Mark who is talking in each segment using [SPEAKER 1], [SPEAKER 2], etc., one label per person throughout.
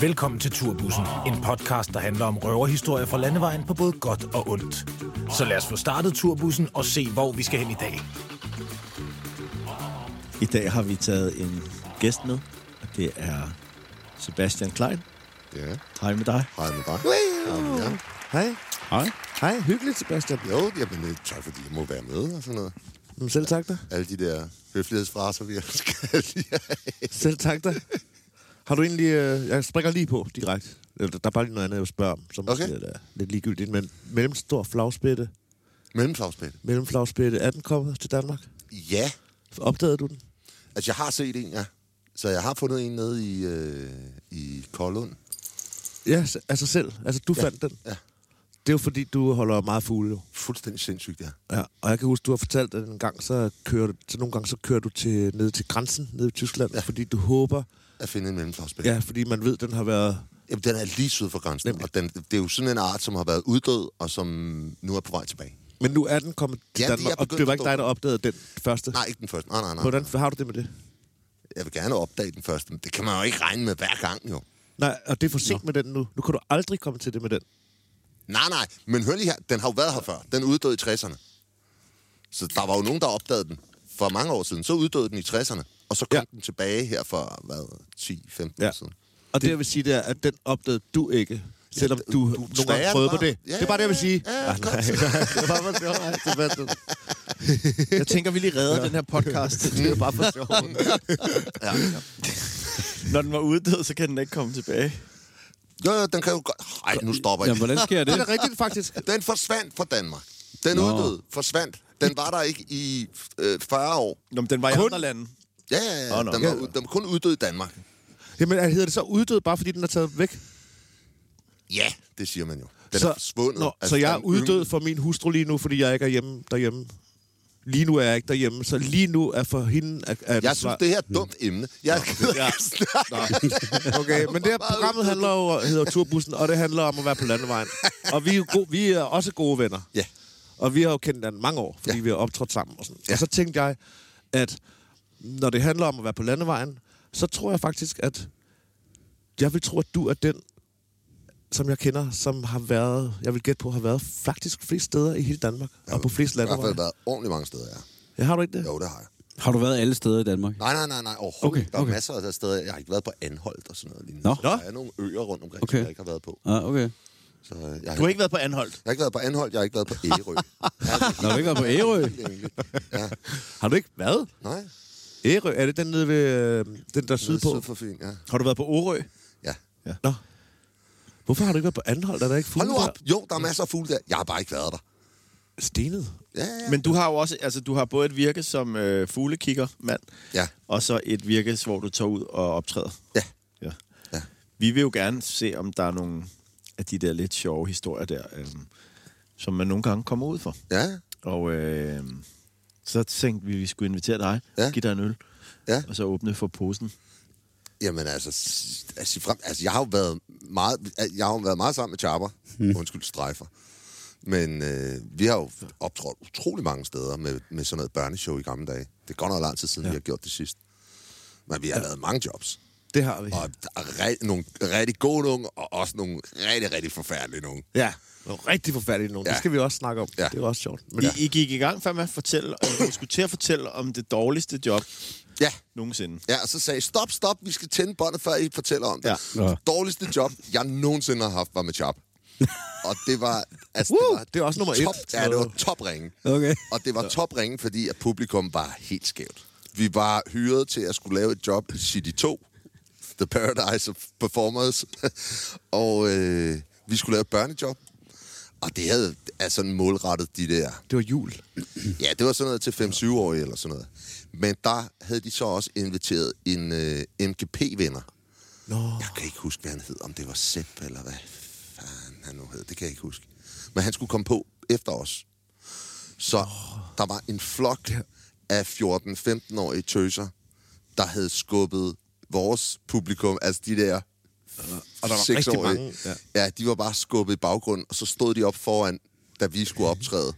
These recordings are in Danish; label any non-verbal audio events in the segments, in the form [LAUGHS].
[SPEAKER 1] Velkommen til Turbussen, en podcast, der handler om røverhistorier fra landevejen på både godt og ondt. Så lad os få startet Turbussen og se, hvor vi skal hen i dag.
[SPEAKER 2] I dag har vi taget en gæst med, og det er Sebastian Klein.
[SPEAKER 3] Ja,
[SPEAKER 2] Hej med dig.
[SPEAKER 3] hej med dig. Jamen, ja.
[SPEAKER 4] Hej.
[SPEAKER 2] Hej.
[SPEAKER 4] Hej, hyggeligt, Sebastian.
[SPEAKER 3] Jo, jamen, øh, tak fordi jeg må være med og sådan noget.
[SPEAKER 4] Mm, Selv tak dig.
[SPEAKER 3] Alle de der høflighedsfraser, vi skal lige have.
[SPEAKER 4] Selv tak dig. Har du egentlig... Øh, jeg springer lige på direkte. Eller, Der der er bare lige noget andet, jeg vil spørge om, som
[SPEAKER 3] Okay.
[SPEAKER 4] okay. måske er øh, lidt ligegyldigt. Men mellemstor flagspætte,
[SPEAKER 3] Mellemflagspil.
[SPEAKER 4] mellemflagspætte, er den kommet til Danmark?
[SPEAKER 3] Ja,
[SPEAKER 4] Opdagede du den?
[SPEAKER 3] altså jeg har set en, ja. Så jeg har fundet en nede i, øh, i Koldund.
[SPEAKER 4] Ja, se- altså selv. Altså, du ja. fandt den.
[SPEAKER 3] Ja,
[SPEAKER 4] Det er jo fordi, du holder meget fugle, jo.
[SPEAKER 3] fuldstændig sindssygt, ja.
[SPEAKER 4] Ja, og jeg kan huske, du har fortalt, at en gang, så, kører du, så nogle gange så kører du til, ned til grænsen, ned i Tyskland, ja. fordi du håber,
[SPEAKER 3] At finde en mellemflagspil.
[SPEAKER 4] ja, fordi man ved, den har været
[SPEAKER 3] Jamen, den er lige syd for grænsen,
[SPEAKER 4] Nemlig.
[SPEAKER 3] og den, det er jo sådan en art, som har været uddød, og som nu er på vej tilbage.
[SPEAKER 4] Men nu er den kommet til
[SPEAKER 3] Ja, det
[SPEAKER 4] ja,
[SPEAKER 3] er
[SPEAKER 4] Danmark, og
[SPEAKER 3] begyndt
[SPEAKER 4] det var
[SPEAKER 3] at
[SPEAKER 4] ikke dig, der opdagede den første.
[SPEAKER 3] Nej, ikke den første. Nej, nej, nej.
[SPEAKER 4] Hvordan har du det med det?
[SPEAKER 3] Jeg vil gerne opdage den første, men det kan man jo ikke regne med hver gang, jo.
[SPEAKER 4] Nej, og det er for sent med den nu. Nu kan du aldrig komme til det med den.
[SPEAKER 3] Nej, nej, men hør lige her, den har jo været her før. Den uddøde i 60'erne. Så der var jo nogen, der opdagede den for mange år siden. Så uddøde den i 60'erne, og så kom ja.
[SPEAKER 4] Ja.
[SPEAKER 3] den tilbage her for, hvad, 10-15 ja. år
[SPEAKER 4] Ja.
[SPEAKER 3] siden.
[SPEAKER 4] [LAUGHS] Og Altså. det, jeg vil sige, det er, at den opdagede du ikke, selvom du, du nogle gange
[SPEAKER 3] smager
[SPEAKER 4] prøvede
[SPEAKER 3] den
[SPEAKER 4] på
[SPEAKER 3] bare.
[SPEAKER 4] det.
[SPEAKER 3] Ja,
[SPEAKER 4] Ja, det er bare det, jeg vil sige.
[SPEAKER 3] ja,
[SPEAKER 4] Ja,
[SPEAKER 3] ja,
[SPEAKER 4] ja, ah, nej, [LAUGHS] det var bare sjovt. Nej, det var det.
[SPEAKER 2] Jeg tænker, vi lige redder ja. den her podcast. Det er bare for sjov.
[SPEAKER 3] Ja, ja.
[SPEAKER 5] Når den var uddød, så kan den ikke komme tilbage.
[SPEAKER 3] Jo, jo, den kan jo godt... Ej, nu stopper jeg.
[SPEAKER 6] Jamen, hvordan
[SPEAKER 3] [LAUGHS]
[SPEAKER 6] sker
[SPEAKER 4] Det
[SPEAKER 6] det?
[SPEAKER 4] er rigtigt, faktisk.
[SPEAKER 3] Den forsvandt fra Danmark. Den Nå. uddøde, forsvandt. Den var der ikke i øh, 40 år.
[SPEAKER 5] Nå, men den var i
[SPEAKER 4] Kun-
[SPEAKER 5] andre lande.
[SPEAKER 3] Ja, ja, ja.
[SPEAKER 5] Åh, nå.
[SPEAKER 3] Den var, ud- den var kun uddød i Danmark.
[SPEAKER 4] Jamen, er- hedder det så uddød, bare fordi den er taget væk?
[SPEAKER 3] Ja, det siger man jo. Den så, er forsvundet.
[SPEAKER 4] Nå, altså, så jeg er
[SPEAKER 3] den
[SPEAKER 4] uddød
[SPEAKER 3] yngre-
[SPEAKER 4] for min hustru lige nu, fordi jeg ikke er hjemme derhjemme. Lige nu er jeg ikke derhjemme, så lige nu er for hende... Er, er
[SPEAKER 3] Jeg synes, det her er et dumt emne. Jeg gider [LAUGHS] ja.
[SPEAKER 4] [LAUGHS] Okay, men det her programmet handler jo, hedder Turbussen, og det handler om at være på landevejen. Og vi er, jo gode, vi er også gode venner.
[SPEAKER 3] Ja.
[SPEAKER 4] Og vi har jo kendt hinanden mange år, fordi
[SPEAKER 3] Ja.
[SPEAKER 4] ja. vi har optrådt sammen og sådan.
[SPEAKER 3] Ja.
[SPEAKER 4] Ja. Og så tænkte jeg, at når det handler om at være på landevejen, så tror jeg faktisk, at jeg vil tro, at du er den, som jeg kender, som har været, jeg vil gætte på, har været faktisk flest steder i hele Danmark, og på flest
[SPEAKER 3] Jeg har i hvert
[SPEAKER 4] landeveje.
[SPEAKER 3] fald været ordentligt mange steder, ja.
[SPEAKER 4] Ja, har du ikke det?
[SPEAKER 3] Jo, det har jeg.
[SPEAKER 6] Har du været alle steder i Danmark?
[SPEAKER 3] Nej, nej, nej, nej, overhovedet okay,
[SPEAKER 6] Okay,
[SPEAKER 3] ikke. Der er okay.
[SPEAKER 6] okay.
[SPEAKER 3] masser af steder. Jeg har ikke været på Anholdt og sådan noget lignende.
[SPEAKER 6] Nå.
[SPEAKER 3] Så Der er nogle øer rundt omkring, okay.
[SPEAKER 6] Okay.
[SPEAKER 3] som jeg ikke har været på.
[SPEAKER 6] Ah, okay.
[SPEAKER 3] Så øh, jeg, har,
[SPEAKER 5] Du har ikke været på Anholdt.
[SPEAKER 3] jeg har ikke været på Anholdt, jeg har ikke været
[SPEAKER 6] [LAUGHS]
[SPEAKER 3] på Ærø.
[SPEAKER 6] Nå, du ikke været på Ærø?
[SPEAKER 3] [LAUGHS] Egentlig.
[SPEAKER 4] Har du ikke været?
[SPEAKER 3] Nej,
[SPEAKER 4] Ærø, er det den nede ved, øh, den der
[SPEAKER 3] syd,
[SPEAKER 4] sydpå?
[SPEAKER 3] syd for Fyn, ja.
[SPEAKER 5] Har du været på Orø?
[SPEAKER 3] ja.
[SPEAKER 4] Nå. Hvorfor har du ikke været på Anholdt? Er der ikke
[SPEAKER 3] Hold
[SPEAKER 4] fugle
[SPEAKER 3] nu
[SPEAKER 4] der?
[SPEAKER 3] op. Jo, der er masser af fugle der. Jeg har bare ikke været der.
[SPEAKER 4] Stenet.
[SPEAKER 3] Ja, ja, ja.
[SPEAKER 5] Men du har jo også, altså du har både et virke som øh, fuglekikkermand,
[SPEAKER 3] Ja.
[SPEAKER 5] og så et virke, hvor du tager ud og optræder.
[SPEAKER 3] Ja.
[SPEAKER 5] Ja.
[SPEAKER 3] Ja.
[SPEAKER 5] Vi vil jo gerne se, om der er nogle af de der lidt sjove historier der, øh, som man nogle gange kommer ud for.
[SPEAKER 3] Ja,
[SPEAKER 5] Og øh, så tænkte vi, at vi skulle invitere dig,
[SPEAKER 3] Ja.
[SPEAKER 5] ja. give dig en øl,
[SPEAKER 3] Ja.
[SPEAKER 5] og så åbne for posen.
[SPEAKER 3] jamen altså, s- altså, frem, altså jeg har jo været meget, jeg har jo været meget sammen med Chopper. Undskyld, strejfer. Men øh, vi har jo optrådt utrolig mange steder med, med sådan noget børneshow i gamle dage. Det er godt nok lang tid siden, ja. vi har gjort det sidst. Men vi har ja. lavet mange jobs.
[SPEAKER 4] Det har vi.
[SPEAKER 3] Og der er re- nogle rigtig gode nogle, og også nogle rigtig, rigtig forfærdelige nogle.
[SPEAKER 4] Ja, nogle rigtig forfærdelige nogen. Ja.
[SPEAKER 3] Ja.
[SPEAKER 4] Det skal vi også snakke om.
[SPEAKER 3] Ja.
[SPEAKER 4] Ja. Det er også sjovt. Men
[SPEAKER 5] I, I gik i gang før med at fortælle, og du skulle til at fortælle om det dårligste job
[SPEAKER 3] Ja,
[SPEAKER 5] nogensinde.
[SPEAKER 3] ja og så sagde jeg, stop, stop, vi skal tænde båndet, før I fortæller om det.
[SPEAKER 5] Ja.
[SPEAKER 3] Ja. Det dårligste job, jeg nogensinde har haft, var med
[SPEAKER 4] [LAUGHS]
[SPEAKER 3] job. og det var... Altså,
[SPEAKER 4] Woo,
[SPEAKER 3] det, var
[SPEAKER 4] det er også nummer
[SPEAKER 3] top,
[SPEAKER 4] et.
[SPEAKER 3] Ja, det var topringen.
[SPEAKER 6] Okay.
[SPEAKER 3] Og det var topringen, fordi at publikum var helt skævt. Vi var hyret til at skulle lave et job i City 2. The Paradise of Performers. [LAUGHS] og øh, vi skulle lave et børnejob. Og det havde altså målrettet de der
[SPEAKER 4] det var jul.
[SPEAKER 3] Ja, det var sådan noget til 5-7-årige eller sådan noget. Men der havde de så også inviteret en øh, MGP-venner.
[SPEAKER 4] Nå.
[SPEAKER 3] Jeg kan ikke huske, hvad han hed. Om det var Sepp eller hvad fanden han nu hed. Det kan jeg ikke huske. Men han skulle komme på efter os. Så der var en flok af 14-15-årige tøser, der havde skubbet vores publikum, altså de der og
[SPEAKER 4] der var rigtig mange,
[SPEAKER 3] Ja. ja, de var bare skubbet i baggrunden, og så stod de op foran, da vi skulle optræde,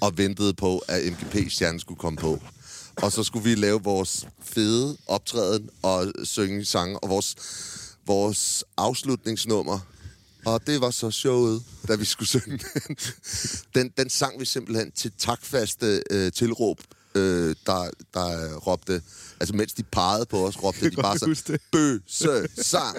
[SPEAKER 3] og ventede på, at MGP-stjernen skulle komme på. Og så skulle vi lave vores fede optræden og synge sange og vores, vores afslutningsnummer. Og det var så showet, da vi skulle synge den. Den, den sang vi simpelthen til takfaste øh, tilråb, øh, der, der øh, råbte... Altså, mens de pegede på os,
[SPEAKER 4] [LAUGHS]
[SPEAKER 3] råbte de bare så... Bøse sang!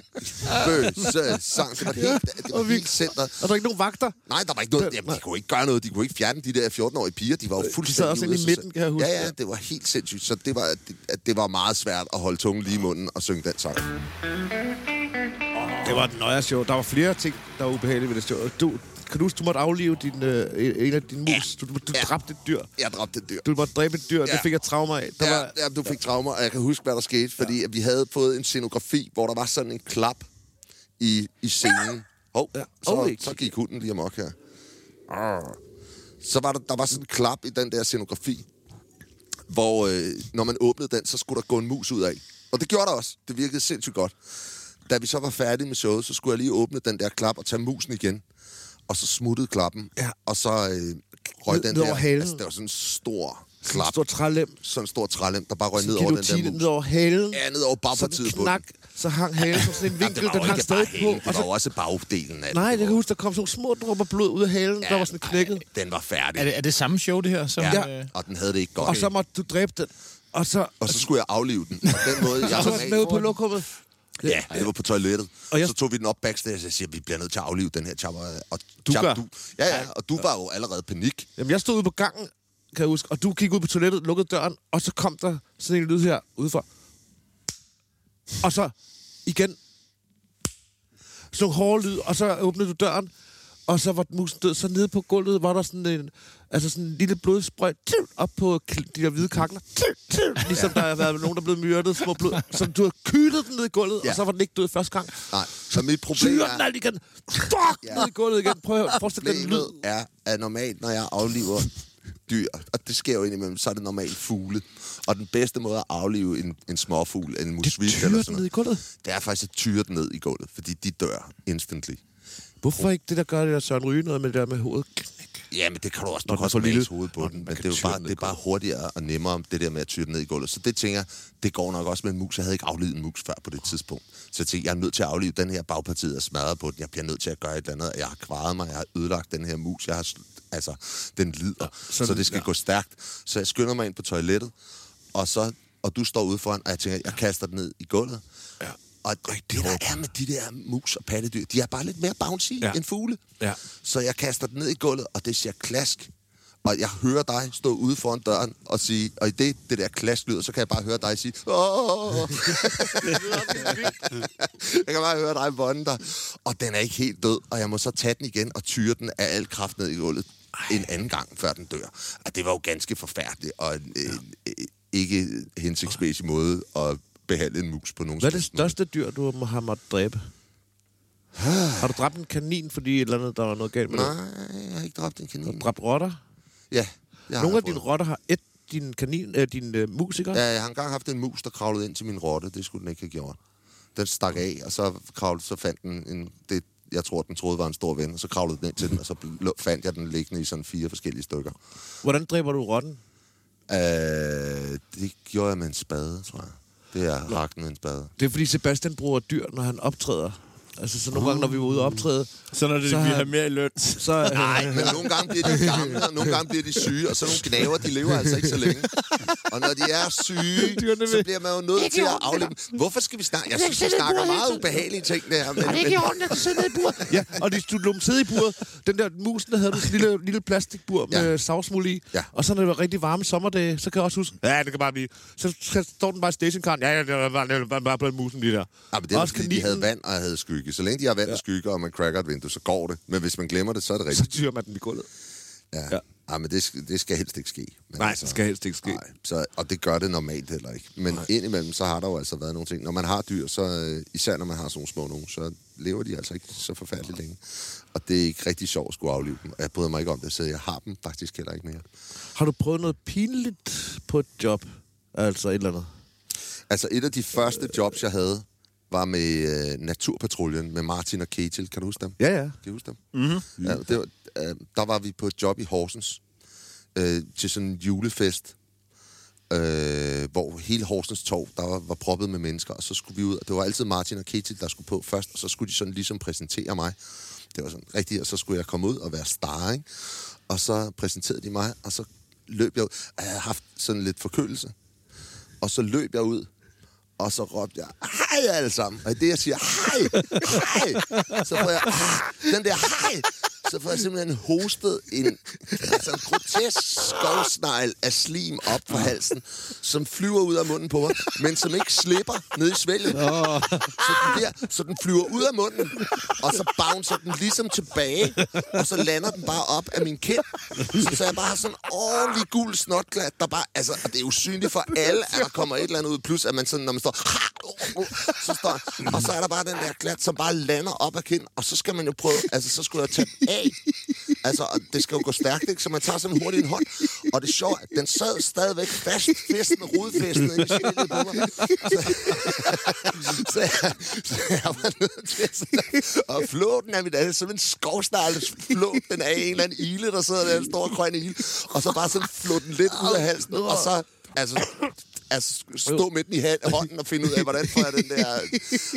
[SPEAKER 3] Bøse sang! Det var helt, det var helt centret.
[SPEAKER 4] Og der er ikke nogen vagter.
[SPEAKER 3] Nej, der var ikke noget. Jamen, de kunne ikke gøre noget. De kunne ikke fjerne de der 14-årige piger. De var jo fuldstændig
[SPEAKER 4] også
[SPEAKER 3] ude
[SPEAKER 4] inde i
[SPEAKER 3] af sig
[SPEAKER 4] midten,
[SPEAKER 3] selv.
[SPEAKER 4] kan jeg huske.
[SPEAKER 3] Ja, ja, det var helt sindssygt. Så det var, det, det var meget svært at holde tungen lige i munden og synge den sang.
[SPEAKER 4] Det var et nøje show. Der var flere ting, der var ubehagelige ved det show. Du, kan du huske, du måtte aflive din, øh, en af dine mus? Du, du
[SPEAKER 3] Ja.
[SPEAKER 4] dræbte et dyr.
[SPEAKER 3] Jeg dræbte et dyr.
[SPEAKER 4] Du måtte dræbe et dyr, ja. det
[SPEAKER 3] Ja.
[SPEAKER 4] fik jeg traumer af. Der
[SPEAKER 3] Ja,
[SPEAKER 4] var,
[SPEAKER 3] ja, du fik traumer, og jeg kan huske, hvad der skete, fordi ja. vi havde fået en scenografi, hvor der var sådan en klap i, i scenen. Hov, ja.
[SPEAKER 4] Hov,
[SPEAKER 3] så,
[SPEAKER 4] ikke. Ah.
[SPEAKER 3] så gik hunden lige amok her. Arr. Så var der, der var sådan en klap i den der scenografi, hvor øh, når man åbnede den, så skulle der gå en mus ud af. Og det gjorde der også. Det virkede sindssygt godt. Da vi så var færdige med showet, så skulle jeg lige åbne den der klap og tage musen igen. Og så smuttede klappen,
[SPEAKER 4] Ja.
[SPEAKER 3] og så øh, røg
[SPEAKER 4] Ned-
[SPEAKER 3] den
[SPEAKER 4] ned
[SPEAKER 3] der...
[SPEAKER 4] over halen.
[SPEAKER 3] Altså, det var sådan en stor
[SPEAKER 4] en
[SPEAKER 3] klap
[SPEAKER 4] stor trælem.
[SPEAKER 3] sådan en stor trælem, der bare røg ned over den der
[SPEAKER 4] Gilotine
[SPEAKER 3] mus.
[SPEAKER 4] ned over halen.
[SPEAKER 3] Ja, ned over
[SPEAKER 4] Sådan en
[SPEAKER 3] bagpartiet på
[SPEAKER 4] knak,
[SPEAKER 3] den.
[SPEAKER 4] så hang halen som sådan en
[SPEAKER 3] Jamen,
[SPEAKER 4] vinkel,
[SPEAKER 3] det var
[SPEAKER 4] den
[SPEAKER 3] jo
[SPEAKER 4] hang
[SPEAKER 3] ikke bare
[SPEAKER 4] stadig
[SPEAKER 3] halen,
[SPEAKER 4] på.
[SPEAKER 3] det
[SPEAKER 4] Og
[SPEAKER 3] var jo
[SPEAKER 4] så,
[SPEAKER 3] også bagdelen af det.
[SPEAKER 4] nej,
[SPEAKER 3] Det
[SPEAKER 4] jeg kan
[SPEAKER 3] var-
[SPEAKER 4] huske, der kom sådan nogle små dråber blod ud af halen, der var sådan knækket.
[SPEAKER 3] Ej, Den var færdig.
[SPEAKER 7] Er det, er det samme show, det her? Som,
[SPEAKER 3] Ja.
[SPEAKER 7] Øh,
[SPEAKER 3] Og den havde det ikke godt.
[SPEAKER 4] Og så måtte du dræbe den. Og så
[SPEAKER 3] og så skulle jeg aflive den. Og den
[SPEAKER 4] [LAUGHS]
[SPEAKER 3] måde, jeg
[SPEAKER 4] så var den med
[SPEAKER 3] var
[SPEAKER 4] ud på lokummet.
[SPEAKER 3] Ja, det var på toilettet.
[SPEAKER 4] Og
[SPEAKER 3] Og
[SPEAKER 4] jeg-
[SPEAKER 3] jeg... Så tog vi den op backstage, og jeg siger, vi bliver nødt til at aflive den her chapper. Og
[SPEAKER 4] Du gør.
[SPEAKER 3] Du... Ja, ja, og du var jo allerede panik.
[SPEAKER 4] Jamen, jeg stod ude på gangen, kan jeg huske, og du gik ud på toilettet, lukkede døren, og så kom der sådan en lyd her udefra. Og så igen, sådan en hård lyd, og så åbnede du døren, og så var musen død. Så nede på gulvet var der sådan en, altså sådan en lille blodsprøjt tjut, op på kl- de der hvide kakler. Tjut, tjut, ligesom der har været nogen, der er blevet myrdet. Små blod. Så du har kylet den ned i gulvet, ja.
[SPEAKER 3] Ja.
[SPEAKER 4] og så var den ikke død første gang.
[SPEAKER 3] Nej, så mit problem
[SPEAKER 4] Tyrer den
[SPEAKER 3] er...
[SPEAKER 4] alt igen. Fuck, ja.
[SPEAKER 3] Ja.
[SPEAKER 4] ned i gulvet igen. Prøv at høre, forestil dig den lyd.
[SPEAKER 3] Problemet er, at normalt, når jeg afliver dyr, og det sker jo indimellem, så er det normalt fugle. Og den bedste måde at aflive en, en småfugl, en musvit eller sådan
[SPEAKER 4] Tyrer den ned i
[SPEAKER 3] noget,
[SPEAKER 4] gulvet.
[SPEAKER 3] det er faktisk at tyre den ned i gulvet, fordi de dør instantly.
[SPEAKER 4] Hvorfor ikke det, der gør det der Søren Ryge noget med det der med hovedet? Knæk.
[SPEAKER 3] Ja, men det kan du også.
[SPEAKER 4] Når
[SPEAKER 3] Du kan
[SPEAKER 4] den er
[SPEAKER 3] også
[SPEAKER 4] for lille.
[SPEAKER 3] mase hovedet på den, men det er, jo bare, det er bare hurtigere og nemmere, det der med at tyre den ned i gulvet. Så det tænker jeg, det går nok også med en mus. Jeg havde ikke aflivet en mus før på det tidspunkt. Så jeg tænkte, jeg er nødt til at aflive den her bagpartiet og smadre på den. Jeg bliver nødt til at gøre et eller andet. Jeg har kvaret mig, jeg har ødelagt den her mus. Jeg har, sl- altså, den lider, så, så det skal ja. gå stærkt. Så jeg skynder mig ind på toilettet, og, så, og du står ude foran, og jeg tænker, jeg kaster den ned i gulvet. Ja. Og det, der er med de der mus og pattedyr, de er bare lidt mere bouncy ja. end fugle.
[SPEAKER 4] Ja.
[SPEAKER 3] Så jeg kaster den ned i gulvet, og det siger klask. Og jeg hører dig stå ude foran døren og sige, og i det, det der klask lyder, så kan jeg bare høre dig sige, Åh! jeg kan bare høre dig bonde dig. Og den er ikke helt død, og jeg må så tage den igen og tyre den af al kraft ned i gulvet en anden gang, før den dør. Og det var jo ganske forfærdeligt, og en, en, en, ikke hensigtsmæssig måde at behandle en mus på nogen
[SPEAKER 4] Hvad er det
[SPEAKER 3] som helst måde.
[SPEAKER 4] største dyr, du må- har måttet dræbe? har du dræbt en kanin, fordi et eller andet, der var noget galt med det?
[SPEAKER 3] Nej, jeg har ikke dræbt en kanin.
[SPEAKER 4] Dræbt rotter?
[SPEAKER 3] Ja, jeg har
[SPEAKER 4] Nogle af
[SPEAKER 3] prøvet.
[SPEAKER 4] dine rotter har et din kanin, øh, din øh, musiker.
[SPEAKER 3] Ja, jeg har engang haft en mus, der kravlede ind til min rotte. Det skulle den ikke have gjort. Den stak af, og så, kravlede, så fandt den en... Det, jeg tror, den troede var en stor ven, og så kravlede den ind til den, og så bl- lå- fandt jeg den liggende i sådan fire forskellige stykker.
[SPEAKER 4] Hvordan dræber du rotten?
[SPEAKER 3] Øh, det gjorde jeg med en spade, tror jeg. Det er hakken med en spade.
[SPEAKER 4] Det er fordi Sebastian bruger dyr, når han optræder. Altså, så nogle gange, når vi er ude og optræde,
[SPEAKER 5] Så når det,
[SPEAKER 4] Så
[SPEAKER 5] vi
[SPEAKER 4] har-
[SPEAKER 5] har mere i løn.
[SPEAKER 4] så... øh, Nej,
[SPEAKER 3] Men nogle gange bliver de gamle, og nogle gange bliver de syge, og så nogle gnaver, de lever altså ikke så længe. Og når de er syge, så bliver man jo nødt til at afleve dem. Hvorfor skal vi snakke? Jeg synes, vi snakker meget ubehagelige ting, det her. Men, [LAUGHS] men,
[SPEAKER 4] ja, og de stod lumsede i buret. Den der musen, der havde du sådan en lille, lille plastikbur med ja.
[SPEAKER 3] Ja.
[SPEAKER 4] savsmuld i.
[SPEAKER 3] Ja.
[SPEAKER 4] Og så når det var rigtig varme sommerdage, så kan jeg også huske, ja, det kan bare blive... Så, så står den bare i stationkaren. Ja, ja, det var bare, det var bare blevet musen lige der.
[SPEAKER 3] Ja, Ah, men det er
[SPEAKER 4] Også
[SPEAKER 3] også fordi, de havde
[SPEAKER 4] kaninen.
[SPEAKER 3] vand og havde skygge. Så længe de har vand og skygge, og man cracker et vindue, så går det. Men hvis man glemmer det, så er det
[SPEAKER 4] Så
[SPEAKER 3] rigtigt.
[SPEAKER 4] [LAUGHS] tyrer man den i gulvet.
[SPEAKER 3] Ja. ja. Ej, men det, sk- det skal helst ikke ske. Men
[SPEAKER 4] altså.
[SPEAKER 3] altså,
[SPEAKER 4] Nej, det skal helst ikke ske.
[SPEAKER 3] Nej, så, og det gør det normalt heller ikke. Men nej. indimellem, så har der jo altså været nogle ting. Når man har dyr, så øh, især når man har sådan nogle små nogen, så lever de altså ikke så forfærdeligt længe. Og det er ikke rigtig sjovt at skulle aflive dem. Og jeg bryder mig ikke om det, så jeg har dem faktisk heller ikke mere.
[SPEAKER 4] Har du prøvet noget pinligt på et job? Altså et eller andet.
[SPEAKER 3] Altså, et af de første jobs, jeg havde, var med øh, Naturpatruljen med Martin og Ketil. Kan du huske dem?
[SPEAKER 4] Ja, ja.
[SPEAKER 3] Kan I huske dem? Mm-hmm. Ja, det var, øh, der var vi på et job i Horsens øh, til sådan en julefest. øh, hvor hele Horsens Torv der var, var proppet med mennesker, og så skulle vi ud, og det var altid Martin og Ketil, der skulle på først, og så skulle de sådan ligesom præsentere mig. Det var sådan rigtigt, og så skulle jeg komme ud og være star, ikke? Og så præsenterede de mig, og så løb jeg ud. Og Jeg havde haft sådan lidt forkølelse. Og så løb jeg ud, og så råbte jeg, hej alle sammen. Og i det, jeg siger, hej, hej, så får jeg, "Ah," den der hej, så får jeg simpelthen hostet en, altså en grotesk skovsnegl af slim op på halsen, som flyver ud af munden på mig, men som ikke slipper ned i svælget. Så den, der, så den flyver ud af munden, og så bouncer den ligesom tilbage, og så lander den bare op af min kind. Så, så jeg bare har sådan en ordentlig gul snotklat, der bare, altså, og det er usynligt for alle, at der kommer et eller andet ud, plus at man sådan, når man står, så står og så er der bare den der klat, som bare lander op af kind, og så skal man jo prøve, altså, så skulle jeg tage den af. Altså, og det skal jo gå stærkt, ikke? Så man tager sådan hurtigt en hånd, og det sjove, er, at den sad stadigvæk fast, festen, rodfesten, inde i skillet på mig. Så, så, jeg, så jeg var nødt til sådan at flå den af mit andet, som en skovsnegl, flå den af en eller anden ile, der sidder der, en stor grøn ile, og så bare sådan flå den lidt ud af halsen, og så altså, altså stå med den i hand- hånden og finde ud af, hvordan får jeg den der...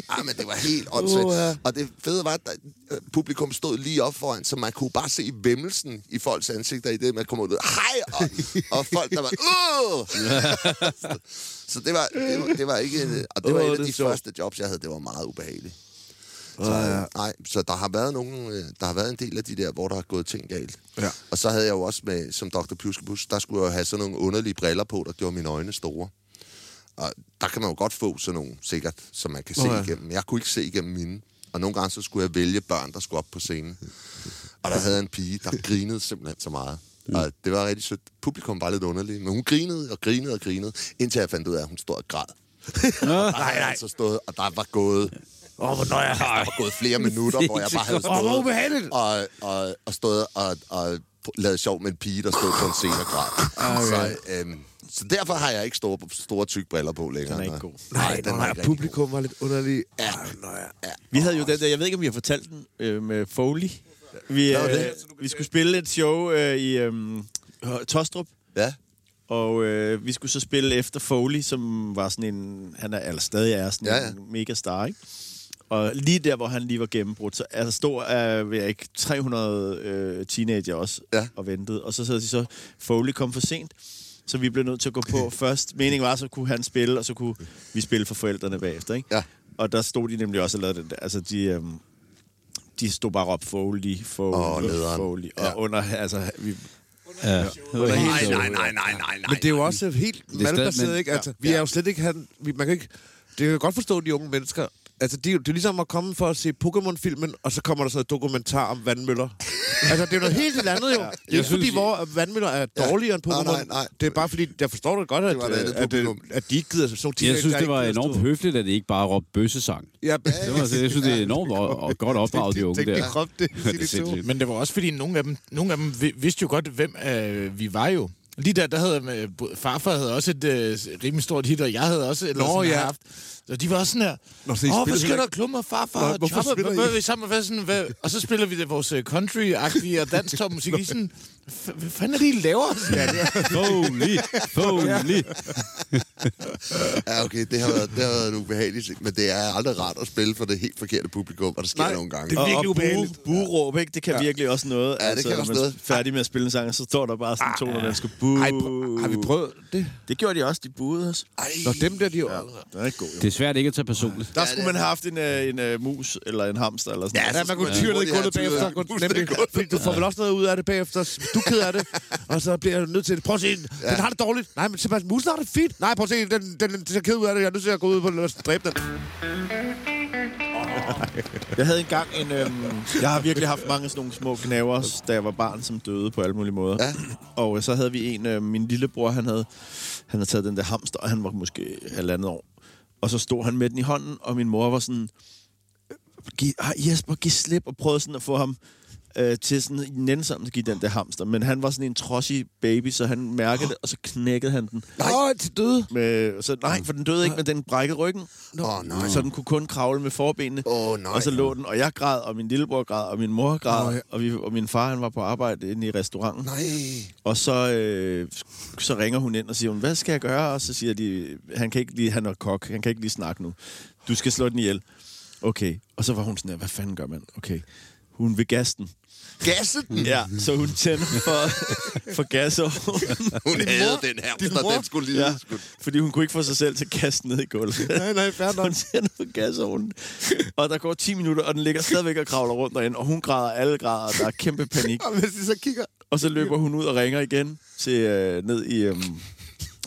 [SPEAKER 3] Ah, men det var helt åndssvagt. Og det fede var, at der- øh, publikum stod lige op foran, så man kunne bare se vemmelsen i folks ansigter i det, man kom ud. Hej! Og, og folk, der var... Åh! Så det var, det var, det var ikke... øh, Og det var
[SPEAKER 4] Åh,
[SPEAKER 3] et af
[SPEAKER 4] det er
[SPEAKER 3] de
[SPEAKER 4] sjovt.
[SPEAKER 3] første jobs, jeg havde. Det var meget ubehageligt. Så, øh, nej, så der har været nogen, øh, der har været en del af de der, hvor der har gået ting galt.
[SPEAKER 4] Ja.
[SPEAKER 3] Og så havde jeg jo også med, som Dr. Pjuskebus, der skulle jeg jo have sådan nogle underlige briller på, der gjorde mine øjne store. Og der kan man jo godt få sådan nogle, sikkert, som man kan se
[SPEAKER 4] Nå ja.
[SPEAKER 3] igennem. Jeg kunne ikke se igennem mine. Og nogle gange så skulle jeg vælge børn, der skulle op på scenen. Og der havde jeg en pige, der grinede simpelthen så meget. Og det var rigtig sødt. Publikum var lidt underligt, men hun grinede og grinede og grinede, indtil jeg fandt ud af, at hun stod og græd. [LAUGHS] og der havde jeg altså stået, og der var gået Altså,
[SPEAKER 1] Åh, oh, hvornår jeg har...
[SPEAKER 3] der var gået flere minutter, hvor jeg bare havde
[SPEAKER 1] Åh, hvor
[SPEAKER 3] stået
[SPEAKER 1] ubehageligt!
[SPEAKER 3] og, og, og, stået og, og lavet sjov med en pige, der stod på en scene og græd. Så, øhm, så derfor har jeg ikke store, store tykke briller på længere.
[SPEAKER 5] Den er ikke
[SPEAKER 3] nej.
[SPEAKER 5] god.
[SPEAKER 3] Nej, den er
[SPEAKER 4] Nej,
[SPEAKER 3] ikke rigtig god.
[SPEAKER 4] publikum var lidt underlig.
[SPEAKER 3] Ja.
[SPEAKER 5] Vi havde jo den der, jeg ved ikke, om vi har fortalt den, øh, med Foley. Vi, øh, vi skulle spille et show øh, i øh, Tostrup,
[SPEAKER 3] Ja.
[SPEAKER 5] og øh, vi skulle så spille efter Foley, som var sådan en, han er eller stadig er sådan
[SPEAKER 3] Ja,
[SPEAKER 5] ja,
[SPEAKER 3] ja.
[SPEAKER 5] ja. en mega star, ikke? Og lige der, hvor han lige var gennembrudt, så altså, stod øh, ved jeg ikke 300 øh, teenager også
[SPEAKER 3] Ja.
[SPEAKER 5] ja. og ventede. Og så sad de så, Foley kom for sent, så vi blev nødt til at gå
[SPEAKER 3] [LAUGHS]
[SPEAKER 5] på først. Meningen var, så kunne han spille, og så kunne vi spille for forældrene bagefter, ikke?
[SPEAKER 3] Ja.
[SPEAKER 5] Og der stod de nemlig også og lavede den der. Altså, de, øhm, de stod bare op Foley, Foley,
[SPEAKER 3] Åh, nederen.
[SPEAKER 5] Foley. Og
[SPEAKER 3] Ja.
[SPEAKER 5] under, altså, vi,
[SPEAKER 6] Ja.
[SPEAKER 5] Nej, nej,
[SPEAKER 3] Nej, nej, nej, nej, nej.
[SPEAKER 4] Men det er jo også helt
[SPEAKER 6] stadig-
[SPEAKER 4] malplaceret,
[SPEAKER 6] men-
[SPEAKER 4] ikke? Altså, vi er jo slet ikke... Han, vi, man kan ikke... Det kan jeg godt forstå, de unge mennesker. Altså, det er, jo- det er ligesom at komme for at se Pokémon-filmen, og så kommer der sådan et dokumentar om [LAUGHS] vandmøller. altså, det er jo noget helt lidt andet, jo. Det er jo ikke fordi, hvor vandmøller er dårligere end
[SPEAKER 3] Nej,
[SPEAKER 4] Pokémon.
[SPEAKER 3] nej, nej.
[SPEAKER 4] Det er bare fordi, jeg forstår det godt, at, øh,
[SPEAKER 3] Det var et andet
[SPEAKER 4] at, at,
[SPEAKER 3] publikum.
[SPEAKER 4] at, de ikke gider sådan nogle
[SPEAKER 6] Jeg
[SPEAKER 4] teenager,
[SPEAKER 6] synes,
[SPEAKER 4] der
[SPEAKER 6] det
[SPEAKER 4] ikke
[SPEAKER 6] var
[SPEAKER 4] gider
[SPEAKER 6] enormt
[SPEAKER 4] stå-
[SPEAKER 6] høfligt, at det ikke bare råbte bøssesang.
[SPEAKER 4] Ja,
[SPEAKER 6] Det var, altså, jeg synes, det er enormt og, og godt opdraget, de unge
[SPEAKER 4] [LAUGHS] det, det,
[SPEAKER 6] der.
[SPEAKER 4] det, krop,
[SPEAKER 6] [LAUGHS]
[SPEAKER 4] det,
[SPEAKER 6] Det er sindssygt.
[SPEAKER 1] Men det var også fordi, nogle af dem, nogle af dem vi- vidste jo godt, hvem øh, vi var jo. Lige der, der havde øh, både- farfar havde også et øh, rimelig stort hit, og jeg havde også et,
[SPEAKER 4] Nå,
[SPEAKER 1] sådan,
[SPEAKER 4] ja.
[SPEAKER 1] har haft. Og de var også sådan her,
[SPEAKER 4] Nå, så I
[SPEAKER 1] åh,
[SPEAKER 4] spiller
[SPEAKER 1] hvorfor skal
[SPEAKER 4] heller
[SPEAKER 1] der klummer farfar
[SPEAKER 4] Nå,
[SPEAKER 1] og
[SPEAKER 4] hvorfor
[SPEAKER 1] chopper?
[SPEAKER 4] spiller I
[SPEAKER 1] Hvad-
[SPEAKER 4] ikke?"
[SPEAKER 1] hvad- sammen, hvad, sådan, hvad? Og så spiller vi det, vores øh, country-agtige og dansk musik. I er sådan, "F- hvad fanden er det, I laver? Ja, det
[SPEAKER 6] Foley, Foley.
[SPEAKER 3] Ja, okay, det har været, det har været en ubehagelig ting, men det er aldrig rart at spille for det helt forkerte publikum, og det sker
[SPEAKER 4] Nej,
[SPEAKER 3] nogle gange.
[SPEAKER 5] Det er
[SPEAKER 4] Og- og
[SPEAKER 5] virkelig ubehageligt.
[SPEAKER 4] bueligt.
[SPEAKER 5] Bueråb, ikke? Det kan ja. virkelig også noget. Altså, Ah,
[SPEAKER 3] det kan også
[SPEAKER 5] man
[SPEAKER 3] noget.
[SPEAKER 5] er færdig med at spille en sang, og så står der bare sådan to, når man skal bue.
[SPEAKER 4] Ej, prøv- har vi prøvet det?
[SPEAKER 5] Det gjorde de også, de buede os.
[SPEAKER 3] Ej,
[SPEAKER 4] Nå, dem der, de er jo...
[SPEAKER 5] Det er ikke god, jo.
[SPEAKER 6] Det er svært ikke at tage personligt.
[SPEAKER 5] Der skulle man have haft en, øh, en øh, mus eller en hamster eller sådan
[SPEAKER 4] Ja, der, man kunne tyre ned i gulvet bagefter. Kun, nemlig, fordi du får vel også noget ud af det bagefter. Du er ked af [LAUGHS] det, og så bliver du nødt til det. Prøv at se, den, ja. den har det dårligt. Nej, men Sebastian, musen har det fint. Nej, prøv at se, den, den, den, den ser ked ud af det. Jeg er nødt til at gå ud på og dræbe den.
[SPEAKER 5] Jeg havde engang en... Øhm, jeg har virkelig haft mange sådan nogle små knaver, da jeg var barn, som døde på alle mulige måder.
[SPEAKER 3] Ja.
[SPEAKER 5] Og øh, så havde vi en... Øh, min lillebror, han havde, han havde taget den der hamster, og han var måske halvandet år. Og så stod han med den i hånden, og min mor var sådan... Giv, ah, Jesper, giv slip, og prøvede sådan at få ham... øh, til sådan nænsomt at give den der hamster. Men han var sådan en trodsig baby, så han mærkede det, og så knækkede han den.
[SPEAKER 4] Nej. Åh, til døde.
[SPEAKER 5] Med, så, nej, for den døde ikke, men den brækkede ryggen.
[SPEAKER 3] Åh, nej.
[SPEAKER 5] Så den kunne kun kravle med forbenene.
[SPEAKER 3] Åh, nej.
[SPEAKER 5] Og så lå den, og jeg græd, og min lillebror græd, og min mor græd, og, vi, og min far han var på arbejde inde i restauranten.
[SPEAKER 3] Nej.
[SPEAKER 5] Og så, øh, så ringer hun ind og siger, hvad skal jeg gøre? Og så siger de, han kan ikke lige, han er kok, han kan ikke lige snakke nu. Du skal slå den ihjel. Okay. Og så var hun sådan her, hvad fanden gør man? Okay. Hun vil gasse den.
[SPEAKER 3] Gasse
[SPEAKER 4] [LAUGHS]
[SPEAKER 3] den.
[SPEAKER 5] Ja, så hun tændte for, for gasovnen.
[SPEAKER 3] Hun havde den hamster, den skulle lige...
[SPEAKER 5] Ja, fordi hun kunne ikke få sig selv til at kaste den ned i gulvet.
[SPEAKER 4] Nej, nej,
[SPEAKER 5] [LAUGHS]
[SPEAKER 4] fair
[SPEAKER 5] Så
[SPEAKER 4] nok.
[SPEAKER 5] hun tænder på gasovnen. Og der går 10 minutter, og den ligger stadigvæk og kravler rundt derinde. Og hun græder, alle græder, og der er kæmpe panik.
[SPEAKER 4] [LAUGHS] Og hvis de så kigger...
[SPEAKER 5] Og så løber hun ud og ringer igen til øh, ned i, øh,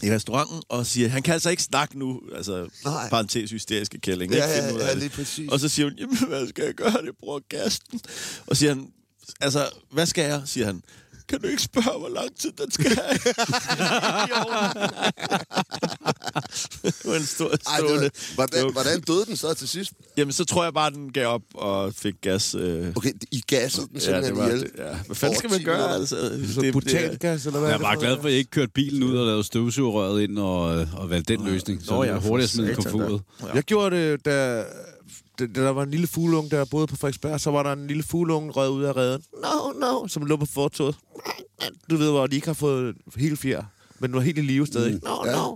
[SPEAKER 5] i restauranten og siger, han kan altså ikke snakke nu. Altså,
[SPEAKER 3] Nej.
[SPEAKER 5] parentes hysteriske kælling.
[SPEAKER 3] Ja,
[SPEAKER 5] ikke?
[SPEAKER 3] ja,
[SPEAKER 5] Finde ud
[SPEAKER 3] ja,
[SPEAKER 5] af det.
[SPEAKER 3] lige præcis.
[SPEAKER 5] Og så siger hun, jamen, hvad skal jeg gøre? Jeg bruger gasten. Og siger han, altså, hvad skal jeg? Siger han, kan du ikke spørge, hvor lang tid den skal have? I ovnen?" det var en stor
[SPEAKER 3] Ej, det
[SPEAKER 5] stående.
[SPEAKER 3] var, hvordan,
[SPEAKER 5] joke.
[SPEAKER 3] hvordan døde den så til sidst?
[SPEAKER 5] Jamen, så tror jeg bare, den gav op og fik gas. Øh,
[SPEAKER 3] Okay, I gassede den simpelthen ja, ihjel.
[SPEAKER 5] ja. Hvad fanden skal
[SPEAKER 3] Over
[SPEAKER 5] man
[SPEAKER 3] 10
[SPEAKER 5] gøre?
[SPEAKER 3] minutter.
[SPEAKER 5] Altså,
[SPEAKER 4] Så det, butangas, eller hvad
[SPEAKER 6] Jeg
[SPEAKER 4] er
[SPEAKER 6] er bare
[SPEAKER 4] det for
[SPEAKER 6] glad for, at jeg ikke kørte bilen ud og lavede støvsugerrøret ind og, og valgte den løsning. Så jeg hurtigt smidt komfuret.
[SPEAKER 4] noget? Jeg gjorde det, da, da, da der var en lille fugleunge, der boede på Frederiksberg, så var der en lille fugleunge røget ud af redden. No, no, som lå på fortoget. Du ved, hvor de ikke har fået hele fjer, men den var helt i live stadig. Mm. No, no.